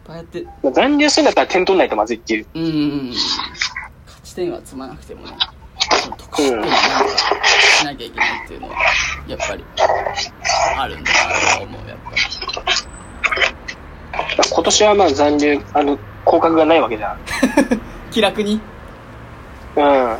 S2: ああやって
S1: あ残留するんだったら点取んないとまずいっていう。
S2: うんうんうん勝ち点は積まなくてもね得失点なんかしなきゃいけないっていうのはやっぱりあるんだなと思うやっぱり
S1: まあ今年はまあ残留、あの、降格がないわけじゃん。
S2: 気楽に
S1: うん。
S2: いや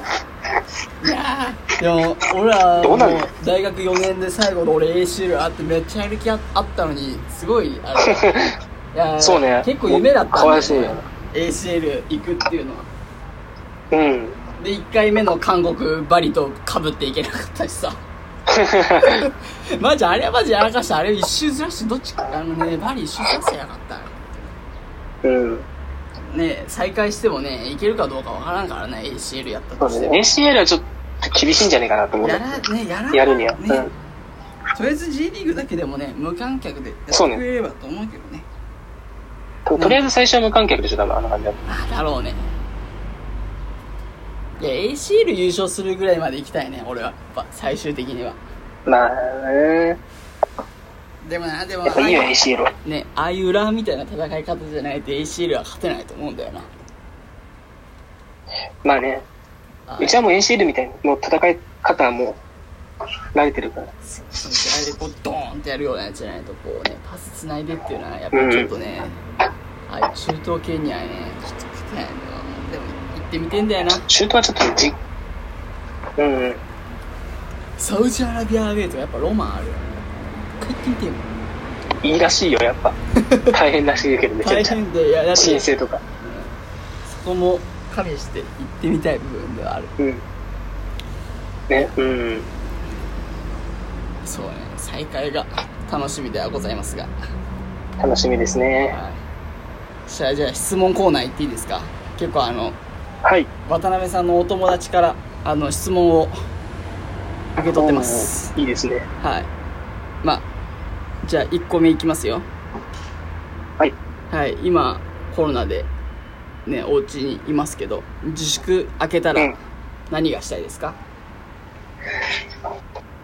S2: ーでも俺ら
S1: ど
S2: も
S1: うなの
S2: う大学4年で最後の俺 ACL あってめっちゃやる気ああったのにすごいあれ いやー
S1: そうね
S2: 結構夢だったんだ
S1: かわいそうだよ
S2: ACL 行くっていうのは
S1: うん。
S2: で1回目の韓国バリとかぶっていけなかったしさ マジあれはマジやらかしたあれ一周ずらしてどっちかあのねバリ一周ずらしてやらかった
S1: うん。
S2: ね再開してもね行けるかどうかわからんからね ACL やった
S1: そ
S2: と
S1: う
S2: し
S1: で
S2: て
S1: す
S2: も
S1: ね。ACL はちょっと厳しいんじゃねえかなと思う。
S2: やらねやら
S1: やるには。
S2: ね、とりあえず J リーグだけでもね無観客でやって
S1: そうね
S2: くれればと思うけどね
S1: うん。とりあえず最初は無観客でしょ、多分あの感じだと。
S2: あだろうねいや ACL 優勝するぐらいまで行きたいね俺はやっぱ最終的には
S1: まあね。
S2: でもなでも
S1: やっぱいいよ、ACL は。
S2: ねああいう裏みたいな戦い方じゃないと ACL は勝てないと思うんだよな
S1: まあね。
S2: あ
S1: うちはもう ACL みたいな、もう戦い方はもう、慣れてるから。
S2: あれでこうドーンってやるようなやつじゃないとこうねパスつないでっていうのはやっぱちょっとね、ああいう中東系にはねちょっと勝てないんだよなでも行ってみてんだよな
S1: シュートはちょっとねじ、うんうん。
S2: サウジアラビアアウェイとかやっぱロマンあるよね一回行ってみてよ
S1: いいらしいよ、やっ ぱ。大変らしいけど、めちゃ
S2: 大
S1: めちゃ。
S2: 変でいやだって
S1: 申
S2: そ
S1: 請とか。
S2: こも加味して行ってみたい部分ではある
S1: うん。ね、うん。
S2: そうね再開が楽しみではございますが、
S1: 楽しみですね。
S2: はい、じゃあじゃあ質問コーナー行っていいですか結構あの
S1: はい。
S2: 渡辺さんのお友達からあの質問を受け取ってます
S1: おーいいですね。
S2: はいまあじゃあ1個目いきますよ
S1: はい。
S2: はい今コロナでねお家にいますけど自粛明けた
S1: う
S2: ら
S1: ん
S2: 何がしたいですか、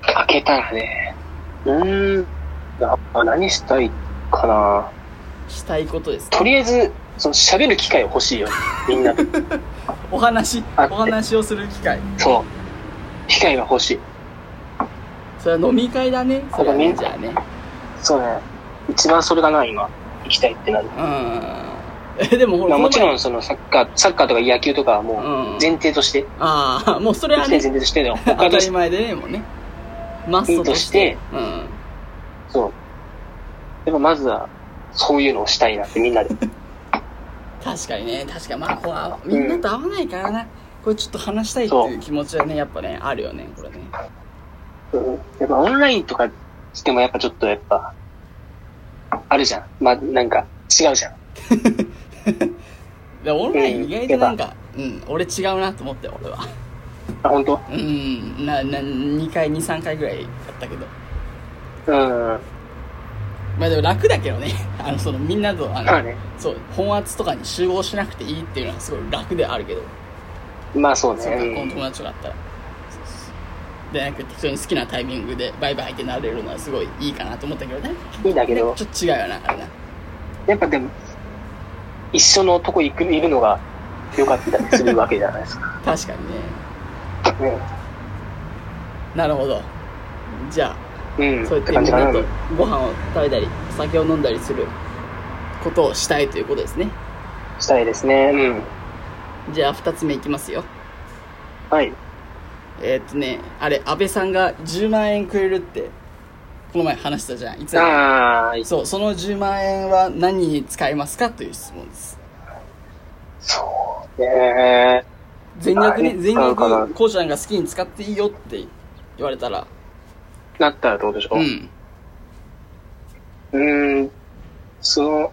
S1: 開けたらね。うーん。あ何したいかな。
S2: したいことですか
S1: とりあえず、その喋る機会欲しいよ。み んなと。
S2: お話
S1: あ
S2: お話をする機会
S1: そう。機会が欲しい。
S2: それは飲み会だねそれ
S1: そうだ
S2: はね
S1: ね
S2: じゃあね
S1: そうね。一番それがな、今。行きたいってなる。
S2: うんえでもほ
S1: ま
S2: ら
S1: あもちろ
S2: ん
S1: ん、そのサッカー、サッカーとか野球とかはも
S2: うん
S1: う、前提として、
S2: ああもうそれ
S1: 行
S2: は
S1: きたい前提
S2: ね
S1: としての、他
S2: 当た
S1: と
S2: り
S1: して、
S2: 前でねもうねマストとして
S1: いい
S2: うん
S1: そう。でもまずは、そういうのをしたいなってみんなで。
S2: 確かにね確かにまあほらみんなと合わないからな、これちょっと話したいって
S1: そ
S2: いうう気持ちはねやっぱねあるよねこれね
S1: うんやっぱオンラインとかしてもやっぱちょっとやっぱ、あるじゃん。まあ、なんか違うじゃん。
S2: でオンライン意外となんかうん、俺違うなと思って俺は
S1: あ、本当
S2: うんなな2回23回ぐらいやったけど
S1: うん。
S2: まあでも楽だけどね あのそのみんなとあの、
S1: まあね。
S2: そう本圧とかに集合しなくていいっていうのはすごい楽ではあるけど
S1: まあそうね。
S2: そう学校の
S1: う
S2: 友達とかあったらそうそうでなんか適当に好きなタイミングでバイバイってなれるのはすごいいいかなと思ったけどね
S1: んいいんだけど、
S2: ちょっと違うよなあれな
S1: やっぱでも、一緒のとこ行く、いるのが良かったりするわけじゃないです か。
S2: 確かにね
S1: ね。
S2: なるほどじゃ
S1: うん。
S2: あそう
S1: っ
S2: やっ
S1: て
S2: てみ
S1: 感
S2: ん
S1: じか
S2: な
S1: な
S2: と。ご飯を食べたりお酒を飲んだりすることをしたいということですね
S1: したいですね。うん。
S2: じゃあ2つ目いきますよ
S1: はい。
S2: えーっとねあれ安倍さんが10万円くれるってこの前話したじゃんいつだっけ
S1: ああ、
S2: そうその10万円は何に使いますかという質問です
S1: そうね。
S2: 全額ね
S1: あ
S2: 全
S1: 使うか
S2: 額
S1: な
S2: こうちゃんが好きに使っていいよって言われたら
S1: なったらどうでしょ
S2: う
S1: う。
S2: ん
S1: うん。んその、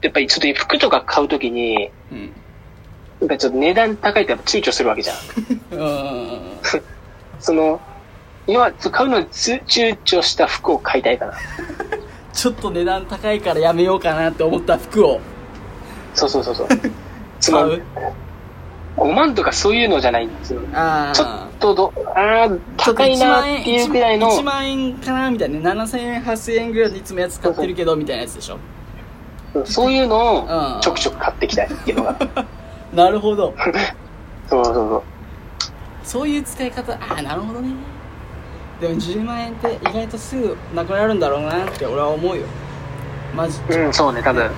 S1: やっぱりちょっと服とか買うときに、
S2: うん
S1: なんかちょっと値段高いとやっぱ躊躇するわけじゃん。
S2: うーん
S1: その、今は買うのに躊躇した服を買いたいかな。
S2: ちょっと値段高いからやめようかなって思った服を
S1: そうそうそうそう。つ
S2: 買
S1: ま
S2: う
S1: む。 5万とかそういうのじゃないんですよ。
S2: あ
S1: ちょ
S2: あ
S1: っとど、あー高いなっていうぐらいの、
S2: 1万円かなみたいな7000円8000円ぐらいでいつもやつ買ってるけどみたいなやつでしょ
S1: そういうの
S2: う
S1: を
S2: ん
S1: ちょくちょく買ってきたいっていう のが。
S2: なるほど
S1: そうそうそう。
S2: そういう使い方ああなるほどねでも10万円って意外とすぐなくなるんだろうなって俺は思うよマジ
S1: うん、そうね、多分。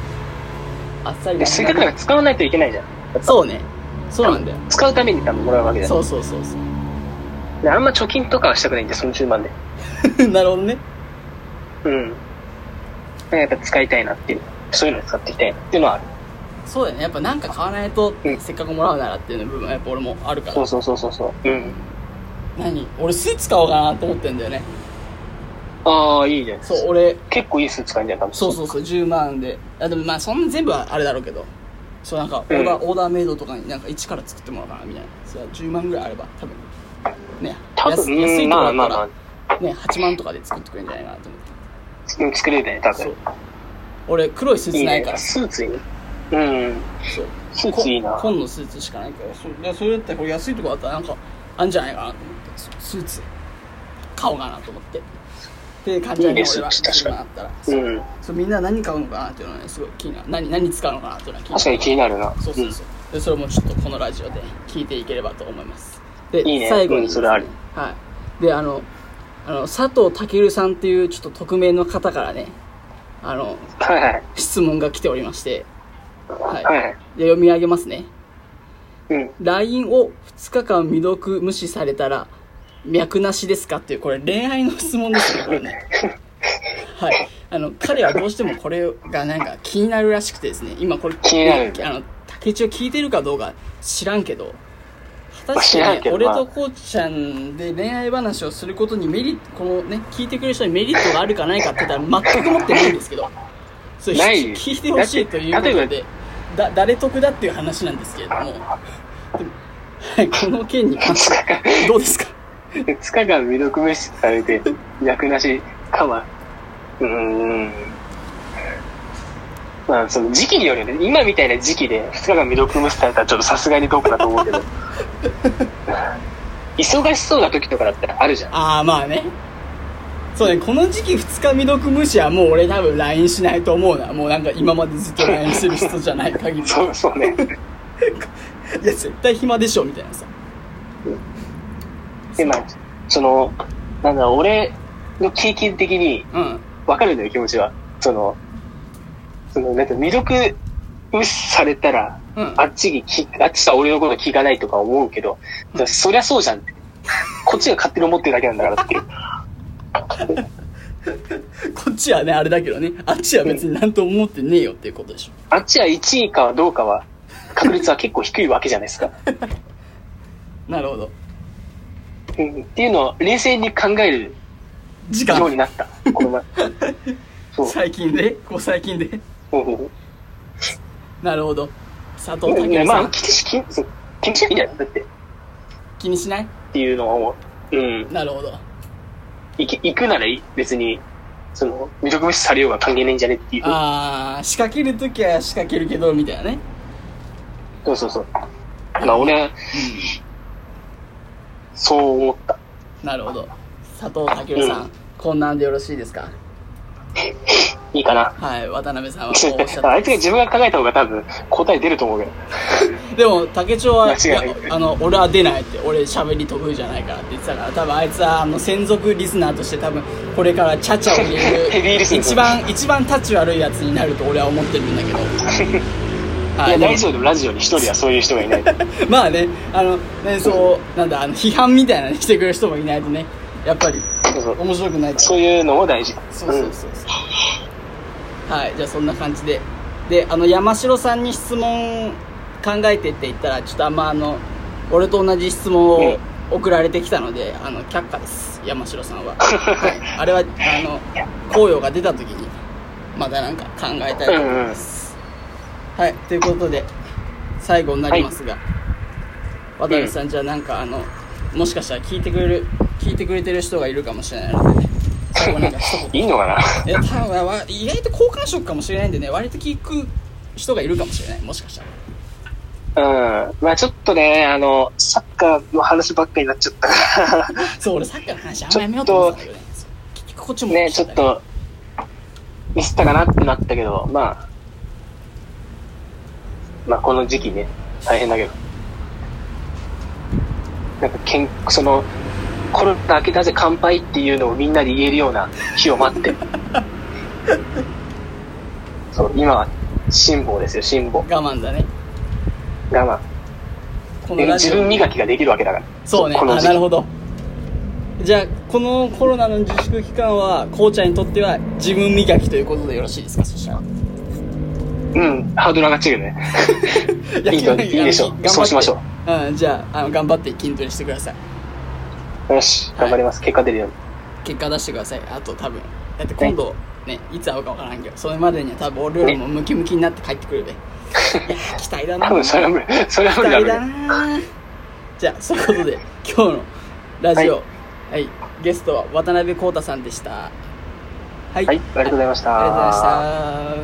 S2: あっさり
S1: で、
S2: な
S1: せっ
S2: く
S1: かく
S2: な
S1: だか
S2: る
S1: ら使わないといけないじゃん。
S2: そうねそうなんだよ
S1: 使うために多分もらうわけじゃ
S2: そうそうそうそ
S1: ん。であんま貯金とかはしたくないんで、その10万で。
S2: う なるほどね
S1: うん。だからやっぱ使いたいなっていう。そういうのを使っていきたいなっていうのはある。
S2: そうだよねやっぱなんか買わないと
S1: うん
S2: せっかくもらうならっていう部分はやっぱ俺もあるか
S1: そ
S2: ら
S1: うそうそうそうそう。うん。
S2: 何俺スーツ買おうかなと思ってんだよね
S1: ああ、いいじゃん。
S2: そう俺
S1: 結構いいスーツ買うんじゃん、多分。
S2: そうそうそう10万であでもまあそんな全部はあれだろうけどそうなんかオーダー、オーダーメイドとかになんか一から作ってもらおうかなみたいなそれは10万ぐらいあれば多分ね
S1: 多
S2: 安
S1: 分、
S2: 安
S1: う
S2: い
S1: ん、
S2: とこ
S1: ま
S2: だ
S1: あま
S2: っ
S1: あ
S2: た
S1: ま
S2: ら、ね、8万とかで作ってくれるんじゃないかなと思って
S1: あ、うん作れるね、多
S2: そう
S1: 分。
S2: 俺黒いスー
S1: い
S2: ツ
S1: い
S2: ない
S1: ね
S2: か。ら
S1: スーツいいね。うん。
S2: そう
S1: スーツいいな。
S2: 紺のスーツしかないからそうでそれだったらこれ安いとこだったらなんかあんじゃないかなと思ってススーツ買おうかなと思ってって感じだ
S1: いい
S2: ね
S1: ね
S2: 俺は
S1: スーツ確
S2: 10
S1: かに
S2: 万あったら、そう
S1: うん。
S2: そうみんな何買うのかなっていうのはねすごい気になる何何使うのかなっていうのは気になる
S1: 確かに気になるな。
S2: そうそうそう、でそれもちょっとこのラジオで聞いていければと思いますで
S1: いいね
S2: 最後にです、
S1: うんそれあり
S2: はいであのあの佐藤健さんっていうちょっと匿名の方からねあの
S1: うんはいはい。
S2: 質問が来ておりまして、は
S1: はいはい。
S2: い、で読み上げますね
S1: うん。
S2: LINE を2日間未読無視されたら脈なしですかっていうこれ恋愛の質問ですねこ れねはいあの彼はどうしてもこれがなんか気になるらしくてですね今これ
S1: 気になる
S2: ねあの竹内を聞いてるかどうか知らんけど果たし
S1: 知らん
S2: て、
S1: け
S2: ね、
S1: ど
S2: 俺
S1: な
S2: とこうちゃんで恋愛話をすることにメリットこのね聞いてくれる人にメリットがあるかないかって言ったら全く持ってないんですけどそれ
S1: ない
S2: 聞いてほしいという
S1: だ
S2: こと
S1: って例
S2: でだ誰得だっていう話なんですけれどもでもはい、 この件に関してはどうですか
S1: 2日間未読無視されて、脈なしかは、うーん。まあ、その時期によるよね。今みたいな時期で2日間未読無視されたらちょっとさすがにどうかだと思 うけど。忙しそうな時とかだったらあるじゃん。
S2: ああまあねそうねこの時期2日未読無視はもう俺多分 LINE しないと思うなもうなんか今までずっと LINE してる人じゃない限りい
S1: そうそうね。
S2: や絶対暇でしょみたいなさ
S1: で、まあ、その、なんだ、俺の経験的に
S2: うん
S1: わかるんだよ、気持ちは。その、その、なんか未読無視されたら、
S2: うん
S1: あっちにき、あっちは俺のこと聞かないとか思うけど、そりゃそうじゃんって。こっちが勝手に思ってるだけなんだから っていう。
S2: こっちはねあれだけどねあっちは別になんとも思ってねえよっていうことでしょ
S1: あっちは1位かどうかは、確率は結構低いわけじゃないですか。
S2: なるほど
S1: うん、っていうのを冷静に考える
S2: 時
S1: よう
S2: 間
S1: になった。こ の前。そう。
S2: 最近でこう最近で
S1: うん
S2: なるほど佐藤
S1: うんいや
S2: 健
S1: ま
S2: さ
S1: あ、
S2: ん
S1: 気にし、気にそう気にしなきゃいいんじゃないだって。っ
S2: 気にしない
S1: ていうのは思う。うん。
S2: なるほど
S1: 行き行くならいい別に、その、未読無視されようが関係ないんじゃねっていう。
S2: ああ仕掛けるときは仕掛けるけどみたいなね
S1: そうそうそう。まあ、俺は、そう思った。
S2: なるほど佐藤健さん、
S1: うん
S2: こんなんでよろしいですか
S1: いいかな。
S2: はい渡辺さんはこうおっしゃっ
S1: あいつが自分が考えた方が多分答え出ると思うけど。
S2: てでも竹長は
S1: 間違いない
S2: やあの俺は出ないって俺喋り得意じゃないからって言ってたから多分あいつはあの専属リスナーとして多分これからチャチャを入れる
S1: ヘビーリスナー
S2: 一番一番タッチ悪いやつになると俺は思ってるんだ けどはい
S1: や、
S2: でも
S1: 大丈夫でもラジオに一人はそういう人がい ない。
S2: まあね、あの、ね、そう、なんだ、あの、批判みたいなのしてくれる人もいないとね、やっぱり、面白くないと。
S1: そういうのも大事。
S2: そうそうそうそう。はい、じゃあそんな感じで。で、あの、山城さんに質問考えてって言ったら、ちょっとあんまあの、俺と同じ質問を送られてきたので、あの、却下です、山城さん は。はい、あれは、あの、紅葉が出た時に、またなんか考えたいと思います。はい、ということで、最後になりますが、渡辺さん、じゃあなんかあの、もしかしたら聞いてくれる、聞いてくれてる人がいるかもしれないので、ね、最後なんか一言
S1: うん。いいのかな
S2: え多分わ意外と好感触かもしれないんでね割と聞く人がいるかもしれないもしかしたら
S1: うん。まあちょっとね、あの、サッカーの話ばっかになっちゃったから、
S2: そう、俺サッカーの話あんまやめようと思ってたんだけどね。そう結局こっちも
S1: ね、ちょっと、ミスったかなってなったけど、まあ、まあこの時期ね、大変だけど。なんかけん、その、コロナ明けたぜ乾杯っていうのをみんなで言えるような日を待って。 そう、今は辛抱ですよ、辛抱。
S2: 我慢だね。
S1: 我
S2: こ
S1: 慢。
S2: の
S1: で
S2: ラジ
S1: 自
S2: オ
S1: 分磨きができるわけだから。
S2: そうね。あ、
S1: この時期
S2: なるほど。じゃあ、このコロナの自粛期間は、こうちゃんにとっては自分磨きということでよろしいですかそしたら。
S1: うん、ハードル上がっちゃうけどね。
S2: いや
S1: いいよ
S2: 基本的に
S1: いいでしょう
S2: あの頑張って
S1: そうしましょ
S2: うん、じゃあ、あの、頑張って筋トレしてください。
S1: よし、頑張ります。結果出るように。
S2: 結果出してください。あと多分。だって今度、ね、いつ会うかわからんけど、それまでには多分俺よりもムキムキになって帰ってく るべ。いや、期待だな。
S1: 多分それは無理。それは
S2: 期
S1: 無理だ
S2: 待
S1: ろうけ
S2: だ
S1: ど。
S2: な。じゃあ、そういうことで、今日のラジオ、はい、ゲストは渡辺康太さんでした。はい、
S1: はい、ありがとうございました。
S2: ありがとうございました。